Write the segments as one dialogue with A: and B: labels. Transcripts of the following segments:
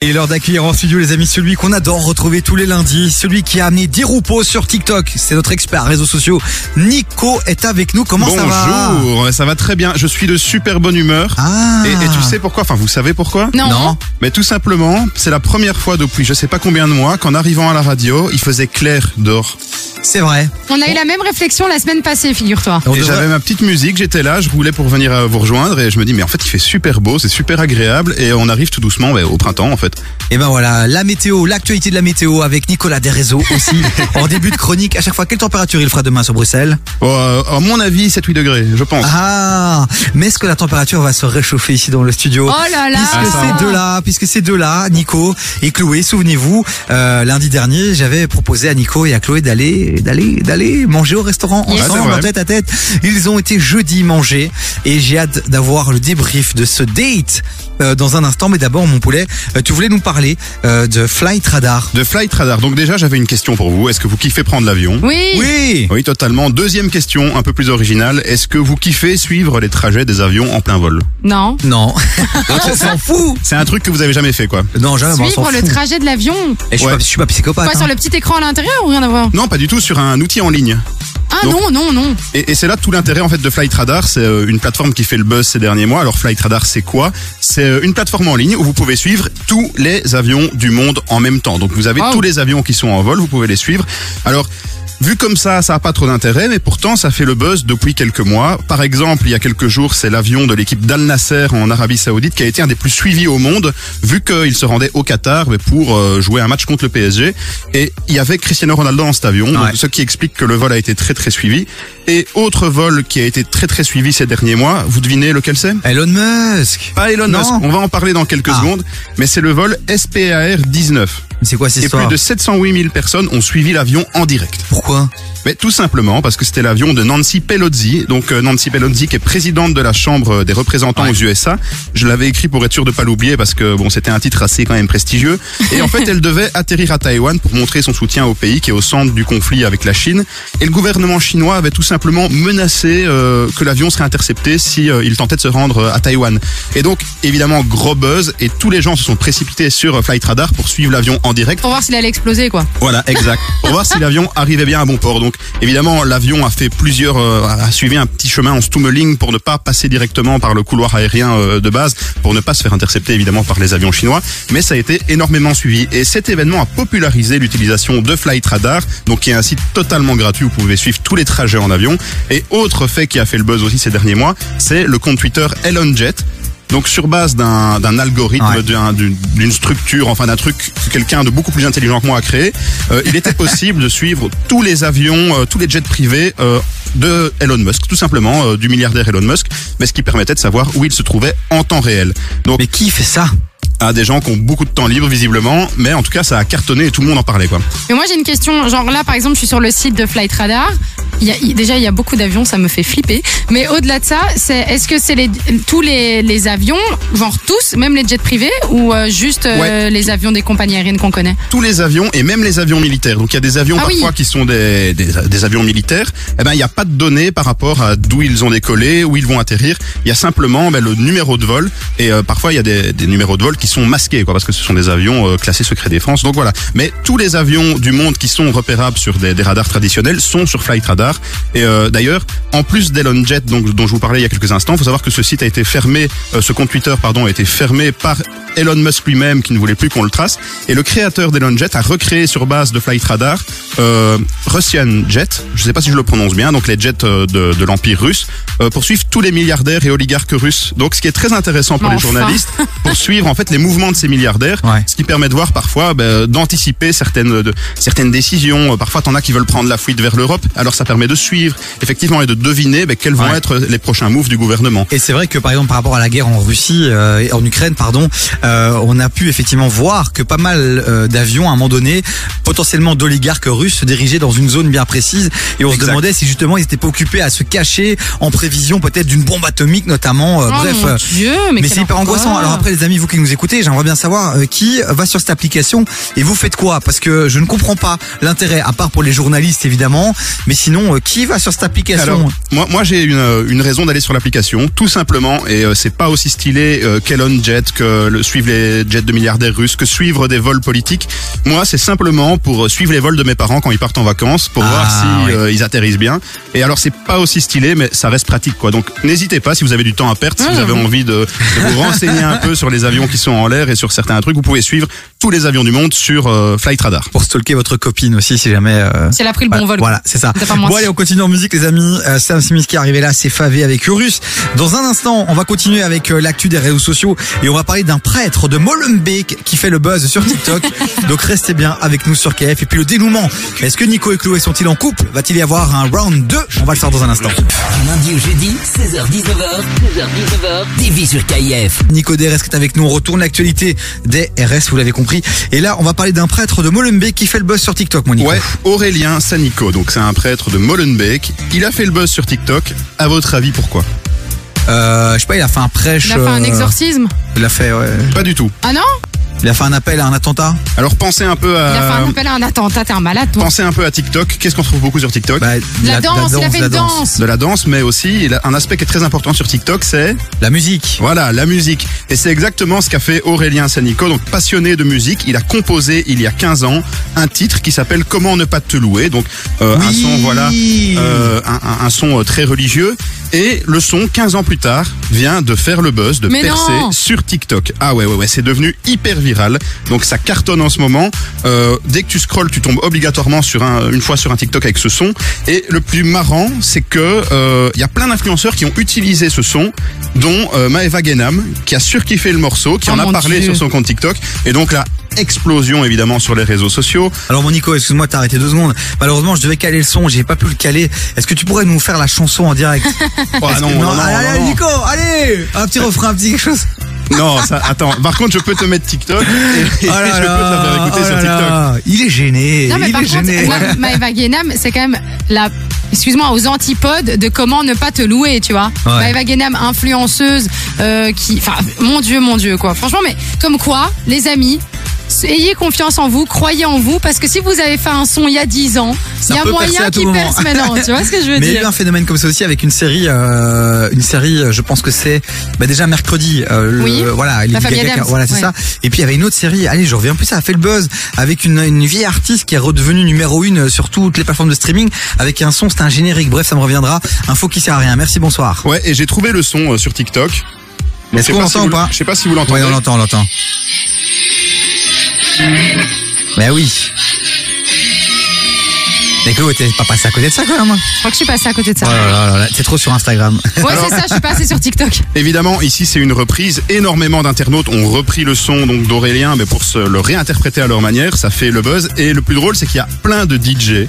A: Et l'heure d'accueillir en studio les amis celui qu'on adore retrouver tous les lundis, celui qui a amené Diroupo sur TikTok, c'est notre expert réseaux sociaux, Nico est avec nous, comment
B: Bonjour,
A: ça va
B: ça va très bien. Je suis de super bonne humeur.
A: Ah
B: Et, et tu sais pourquoi Enfin, vous savez pourquoi
C: Non.
A: Non
B: Mais tout simplement, c'est la première fois depuis je sais pas combien de mois qu'en arrivant à la radio, il faisait clair dehors.
A: C'est vrai.
C: On a eu la même réflexion la semaine passée, figure-toi.
A: On
B: et
A: devrait-
B: j'avais ma petite musique, j'étais là, je roulais pour venir euh, vous rejoindre et je me dis mais en fait il fait super beau, c'est super agréable et on arrive tout doucement ouais, au printemps en fait.
A: Et ben voilà, la météo, l'actualité de la météo avec Nicolas des réseaux aussi en début de chronique. À chaque fois, quelle température il fera demain sur Bruxelles
B: Bon, euh, à mon avis 7-8 degrés, je pense.
A: Ah, mais est-ce que la température va se réchauffer ici dans le studio
C: Oh là là
A: Puisque
B: Ah, ça
A: c'est de là, puisque c'est de là, Nico et Chloé, souvenez-vous, euh, lundi dernier, j'avais proposé à Nico et à Chloé d'aller, d'aller, d'aller manger au restaurant
C: Yes.
B: Ouais,
A: ensemble,
B: c'est vrai.
A: en tête à tête. Ils ont été jeudi manger et j'ai hâte d'avoir le débrief de ce date euh, dans un instant. Mais d'abord, mon poulet, euh, tu voulais nous parler euh, de Flight Radar.
B: De Flight Radar. Donc déjà j'avais une question pour vous. Est-ce que vous kiffez prendre l'avion
C: Oui,
A: Oui.
B: Oui, totalement. Deuxième question, un peu plus originale. Est-ce que vous kiffez suivre les trajets des avions en plein vol
C: Non.
A: Non. on s'en fout.
B: C'est un truc que vous avez jamais fait, quoi.
A: Non, jamais. bah, on s'en
C: Suivre le
A: fout. Bah,
C: trajet de l'avion.
A: Et je suis
B: Ouais.
A: pas, je suis pas psychopathe.
C: Quoi,
A: hein.
C: sur le petit écran à l'intérieur ou rien à voir
B: Non, pas du tout, sur un outil en ligne.
C: Ah
B: Non.
C: non, non, non.
B: Et, et c'est là tout l'intérêt en fait de Flight Radar. C'est euh, une plateforme qui fait le buzz ces derniers mois. Alors Flight Radar, c'est quoi C'est euh, une plateforme en ligne où vous pouvez suivre tous les avions du monde en même temps. Donc vous avez
C: Wow.
B: tous les avions qui sont en vol, vous pouvez les suivre. Alors Vu comme ça, ça n'a pas trop d'intérêt, mais pourtant ça fait le buzz depuis quelques mois. Par exemple, il y a quelques jours, c'est l'avion de l'équipe d'Al Nasser en Arabie Saoudite qui a été un des plus suivis au monde, vu qu'il se rendait au Qatar mais pour euh, jouer un match contre le PSG. Et il y avait Cristiano Ronaldo dans cet avion, donc
A: Ouais.
B: ce qui explique que le vol a été très très suivi. Et autre vol qui a été très très suivi ces derniers mois, vous devinez lequel c'est
A: Elon Musk.
B: Pas Elon
A: Non.
B: Musk, on va en parler dans quelques
A: Ah.
B: secondes, mais c'est le vol SPAR 19.
A: Mais C'est quoi cette
B: Et plus
A: histoire
B: de 708 000 personnes ont suivi l'avion en direct.
A: Pourquoi
B: Mais tout simplement parce que c'était l'avion de Nancy Pelosi. Donc euh, Nancy Pelosi qui est présidente de la Chambre euh, des représentants aux USA. Je l'avais écrit pour être sûr de pas l'oublier parce que bon c'était un titre assez quand même prestigieux. Et en fait elle devait atterrir à Taïwan pour montrer son soutien au pays qui est au centre du conflit avec la Chine. Et le gouvernement chinois avait tout simplement menacé euh, que l'avion serait intercepté si euh, il tentait de se rendre euh, à Taïwan. Et donc évidemment gros buzz et tous les gens se sont précipités sur euh, Flight Radar pour suivre l'avion en direct.
C: Pour voir s'il allait exploser, quoi.
B: Voilà, exact. Pour voir si l'avion arrivait bien à bon port. Donc, évidemment, l'avion a fait plusieurs, euh, a suivi un petit chemin en stumeling pour ne pas passer directement par le couloir aérien euh, de base, pour ne pas se faire intercepter évidemment par les avions chinois. Mais ça a été énormément suivi. Et cet événement a popularisé l'utilisation de Flight Radar, donc qui est un site totalement gratuit où vous pouvez suivre tous les trajets en avion. Et autre fait qui a fait le buzz aussi ces derniers mois, c'est le compte Twitter ElonJet. Donc sur base d'un d'un algorithme,
A: Ouais.
B: d'un- d'une d'une structure, enfin d'un truc que quelqu'un de beaucoup plus intelligent que moi a créé, euh, il était possible de suivre tous les avions, euh, tous les jets privés euh, de Elon Musk, tout simplement euh, du milliardaire Elon Musk, mais ce qui permettait de savoir où il se trouvait en temps réel. Donc
A: Mais qui fait ça
B: à des gens qui ont beaucoup de temps libre visiblement, mais en tout cas ça a cartonné et tout le monde en parlait quoi.
C: Mais moi, j'ai une question. Genre là, par exemple, je suis sur le site de Flight Radar. Il y a- il- déjà, il y a beaucoup d'avions, ça me fait flipper. Mais au-delà de ça, c'est est-ce que c'est les, tous les, les avions, genre tous, même les jets privés, ou euh, juste euh,
B: Ouais.
C: les avions des compagnies aériennes qu'on connaît
B: tous les avions et même les avions militaires. Donc il y a des avions
C: Ah oui.
B: parfois qui sont des, des, des avions militaires. Eh ben il n'y a pas de données par rapport à d'où ils ont décollé, où ils vont atterrir. Il y a simplement ben, le numéro de vol et euh, parfois il y a des, des numéros de vol qui sont masqués quoi parce que ce sont des avions euh, classés secret défense. Donc voilà. Mais tous les avions du monde qui sont repérables sur des, des radars traditionnels sont sur Flight Radar. Et euh, d'ailleurs en plus d'Elon Jet donc dont je vous parlais il y a quelques instants, faut savoir que ce site a été fermé, euh, ce compte Twitter pardon a été fermé par Elon Musk lui-même qui ne voulait plus qu'on le trace. Et le créateur d'ElonJet a recréé sur base de Flight Radar euh, Russian Jet, je ne sais pas si je le prononce bien, donc les jets euh, de, de l'Empire russe, euh, poursuivent tous les milliardaires et oligarques russes. Donc ce qui est très intéressant pour
C: Mais
B: les
C: enfin.
B: journalistes, poursuivre en fait les mouvements de ces milliardaires,
A: Ouais.
B: ce qui permet de voir parfois ben, d'anticiper certaines, de- certaines décisions. Euh, Parfois, t'en as qui veulent prendre la fuite vers l'Europe, alors ça permet de suivre effectivement et de deviner ben, quels vont
A: Ouais.
B: être les prochains moves du gouvernement.
A: Et c'est vrai que par exemple par rapport à la guerre en Russie, euh, et en Ukraine, pardon, euh, on a pu effectivement voir que pas mal euh, d'avions à un moment donné, potentiellement d'oligarques russes, se dirigeaient dans une zone bien précise. Et on se
B: Exact.
A: demandait si justement ils étaient pas occupés à se cacher en prévision peut-être d'une bombe atomique notamment. euh,
C: Oh
A: bref,
C: mon
A: euh,
C: Dieu,
A: mais
C: mais, quel
A: c'est hyper
C: horreur.
A: angoissant. Alors après les amis, vous qui nous écoutez. écoutez, j'aimerais bien savoir euh, qui va sur cette application et vous faites quoi Parce que je ne comprends pas l'intérêt, à part pour les journalistes évidemment, mais sinon, euh, qui va sur cette application
B: Alors, moi, moi j'ai une, euh, une raison d'aller sur l'application, tout simplement, et euh, c'est pas aussi stylé euh, qu'Elon Jet, que le, suivre les jets de milliardaires russes, que suivre des vols politiques. Moi, c'est simplement pour euh, suivre les vols de mes parents quand ils partent en vacances, pour
A: Ah,
B: voir si
A: ouais.
B: euh, ils atterrissent bien. Et alors, c'est pas aussi stylé, mais ça reste pratique, quoi. Donc, n'hésitez pas si vous avez du temps à perdre, si
C: Ouais,
B: vous avez
A: Mmh.
C: ouais.
B: envie de, de vous renseigner un peu sur les avions qui sont en l'air et sur certains trucs, vous pouvez suivre tous les avions du monde sur euh, Flight Radar.
A: Pour stalker votre copine aussi, si jamais. euh,
C: Si elle a pris le
A: Voilà,
C: bon vol.
A: Voilà, c'est ça.
C: T'as pas
A: Bon,
C: menti.
A: allez, on continue en musique, les amis. Euh, Sam Smith qui est arrivé là, c'est Favé avec Urus. Dans un instant, on va continuer avec euh, l'actu des réseaux sociaux et on va parler d'un prêtre de Molenbeek qui fait le buzz sur TikTok. Donc, restez bien avec nous sur KF. Et puis, le dénouement. Est-ce que Nico et Chloé sont-ils en couple? Va-t-il y avoir un round 2? On va le faire dans un instant.
D: Du lundi au jeudi, 16h-19h, 16h-19h, TV sur KIF.
A: Nico DRS qui est avec nous. On retourne l'actualité des RS, vous l'avez compris. Et là, on va parler d'un prêtre de Molenbeek qui fait le buzz sur TikTok, mon Nico.
B: Ouais, Aurélien Sanico, donc c'est un prêtre de Molenbeek. Il a fait le buzz sur TikTok. À votre avis, pourquoi
A: Euh, je sais pas, il a fait un prêche.
C: Il a fait un
A: euh,
C: exorcisme.
A: Il a fait, ouais.
B: Pas du tout.
C: Ah non
A: Il a fait un appel à un attentat.
B: Alors pensez un peu
C: Il a fait
B: à,
A: Euh,
C: un appel à un attentat. T'es un malade, toi.
B: pensez un peu à TikTok. Qu'est-ce qu'on trouve beaucoup sur TikTok
A: Bah,
C: La, danse, il a fait
A: la
C: une danse.
B: De la danse, mais aussi il a un aspect qui est très important sur TikTok, c'est
A: La musique.
B: voilà la musique. Et c'est exactement ce qu'a fait Aurélien Sanico, donc passionné de musique. Il a composé il y a 15 ans un titre qui s'appelle Comment ne pas te louer. Donc euh,
A: Ah,
B: un son voilà. euh, un, un- un son euh, très religieux. Et le son, 15 ans plus tard, vient de faire le buzz, de
C: Mais
B: percer
C: non
B: sur TikTok. Ah ouais, ouais, ouais, c'est devenu hyper viral. Donc ça cartonne en ce moment. Euh, dès que tu scrolles, tu tombes obligatoirement sur un, une fois sur un TikTok avec ce son. Et le plus marrant, c'est que euh, il y a plein d'influenceurs qui ont utilisé ce son, dont euh, Maeva Genam, qui a surkiffé le morceau, qui
C: Oh
B: en a
C: mon
B: parlé
C: Dieu.
B: sur son compte TikTok. Et donc là, explosion évidemment sur les réseaux sociaux. Oh,
A: Alors mon Nico, excuse-moi, t'as arrêté deux secondes. Malheureusement, je devais caler le son, j'ai pas pu le caler. Est-ce que tu pourrais nous faire la chanson en direct
B: Oh, ah non,
A: Non,
B: non, non,
A: allez, allez,
B: non, non.
A: Nico, allez, un petit refrain, un petit quelque chose.
B: Non, ça, attends. Par contre, je peux te mettre TikTok et,
A: Oh
B: et
A: là
B: je peux te
A: là,
B: la faire écouter
A: oh
B: sur
A: là
B: TikTok.
A: là. Il est gêné,
C: Non, mais
A: il
C: par
A: est gêné.
C: contre, Maeva Guénam, c'est quand même la. Excuse-moi, aux antipodes de comment ne pas te louer, tu vois.
A: Ouais.
C: Maëva Guénam, influenceuse, euh, qui. Enfin, mon Dieu, mon Dieu, quoi. Franchement, mais comme quoi, les amis, ayez confiance en vous, croyez en vous, parce que si vous avez fait un son il y a 10 ans, il y a
A: peut percer à
C: moyen
A: tout
C: qu'il
A: moment.
C: perce maintenant. Tu vois ce que je veux
A: Mais il y a eu
C: dire
A: un phénomène comme ça aussi avec une série, euh, une série, euh, je pense que c'est bah déjà mercredi. euh, le-
C: Oui.
A: Voilà, Lady
C: famille
A: Gaga,
C: Adams,
A: voilà, c'est
C: ouais.
A: ça. Et puis il y avait une autre série. Allez, je reviens plus, ça a fait le buzz avec une, une vieille artiste qui est redevenue numéro une euh, sur toutes les plateformes de streaming avec un son, c'était un générique. Bref, ça me reviendra. Info qui sert à rien. Merci, bonsoir.
B: Ouais, et j'ai trouvé le son euh, sur TikTok. Donc,
A: Est-ce
B: je sais
A: qu'on
B: si
A: l'entend
B: vous-
A: ou pas
B: Je sais pas si vous
A: Ouais,
B: l'entendez.
A: on l'entend, on l'entend. Bah oui. Mais Chloé, t'es pas passé à côté de ça quand même. hein
C: Je crois que je suis passée à côté de
A: Oh
C: ça.
A: là là là là, t'es trop sur Instagram.
C: Ouais, c'est ça, je suis passée sur TikTok.
B: Évidemment, ici c'est une reprise. Énormément d'internautes ont repris le son donc d'Aurélien, mais pour se le réinterpréter à leur manière, ça fait le buzz. Et le plus drôle, c'est qu'il y a plein de DJ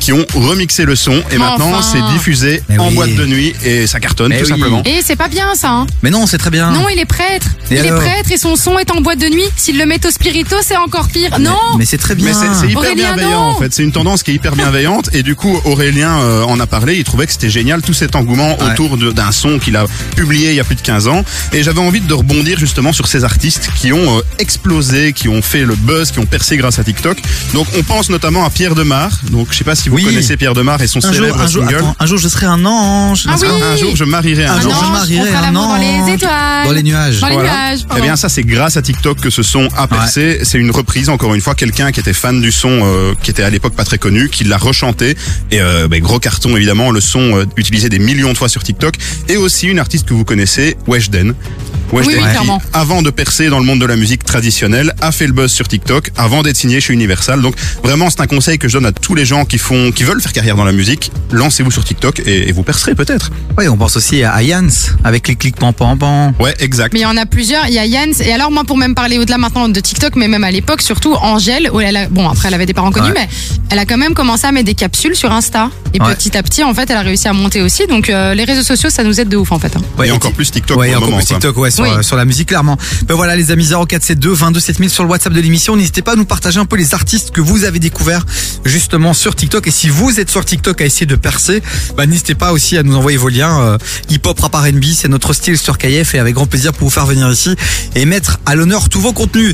B: qui ont remixé le son et maintenant
C: Enfin.
B: c'est diffusé
A: Mais
B: en
A: oui.
B: boîte de nuit et ça cartonne
A: Mais
B: tout
A: oui.
B: simplement.
C: Et c'est pas bien, ça, hein.
A: Mais non, c'est très bien.
C: Non, il est prêtre.
A: Et
C: il
A: alors
C: est prêtre et son son est en boîte de nuit. S'il le met au spirito, c'est encore pire. Non
A: Mais c'est très bien.
B: Mais c'est- c'est hyper
C: Aurélien,
B: bienveillant
C: non
B: en fait, c'est une tendance qui est hyper bienveillante et du coup Aurélien euh, en a parlé, il trouvait que c'était génial tout cet engouement
A: Ouais.
B: autour de- d'un son qu'il a publié il y a plus de 15 ans et j'avais envie de rebondir justement sur ces artistes qui ont euh, explosé, qui ont fait le buzz, qui ont percé grâce à TikTok. Donc on pense notamment à Pierre Demar, donc je sais pas si vous
A: Oui.
B: connaissez Pierre Demar et son
A: un jour,
B: célèbre
A: un, jour,
B: single.
A: attends, un jour, je serai un ange.
C: Ah
A: Un
C: oui. Ah
A: jour-
B: Un jour je marierai un,
A: Un
B: jour.
A: jour, je
C: ange
A: marierai
C: contre
A: un
C: l'amour dans
A: ange.
C: les étoiles.
A: hein, Dans les nuages.
C: Dans les
B: Voilà.
C: nuages.
B: Eh
C: pardon.
B: bien, ça, c'est grâce à TikTok que ce son a percé. C'est une reprise, encore une fois, quelqu'un qui était fan du son, euh, qui était à l'époque pas très connu, qui l'a rechanté. Et euh, ben, gros carton, évidemment, le son euh, utilisé des millions de fois sur TikTok. Et aussi une artiste que vous connaissez, Weshden. Weshden,
C: Oui, oui,
B: qui,
C: clairement.
B: avant de percer dans le monde de la musique traditionnelle, a fait le buzz sur TikTok, avant d'être signé chez Universal. Donc, vraiment, c'est un conseil que je donne à tous les gens qui font, qui veulent faire carrière dans la musique. Lancez-vous sur TikTok et, et vous percerez peut-être.
A: Oui, on pense aussi à Yans avec les clics pan pan pan.
B: Ouais, exact.
C: Mais il y en a plusieurs. Il y a Yanns. Et alors, moi, pour même parler au-delà maintenant de TikTok, mais même à l'époque, surtout Angèle. où elle a- bon, après, elle avait des parents connus,
A: Ouais.
C: mais elle a quand même commencé à mettre des capsules sur Insta. Et
A: Ouais.
C: petit à petit, en fait, elle a réussi à monter aussi. Donc, euh, les réseaux sociaux, ça nous aide de ouf, en fait. hein.
B: et encore plus TikTok
A: Ouais,
B: pour le
A: encore
B: moment,
A: plus
B: quoi.
A: TikTok, ouais, sur,
C: Oui.
A: euh, sur la musique, clairement. Ben voilà, les amis, 0472 22 7000 sur le WhatsApp de l'émission. N'hésitez pas à nous partager un peu les artistes que vous avez découverts. justement sur TikTok. Et si vous êtes sur TikTok à essayer de percer, bah, n'hésitez pas aussi à nous envoyer vos liens. euh, Hip-hop, rap, R&B, c'est notre style sur KF et avec grand plaisir pour vous faire venir ici et mettre à l'honneur tous vos contenus.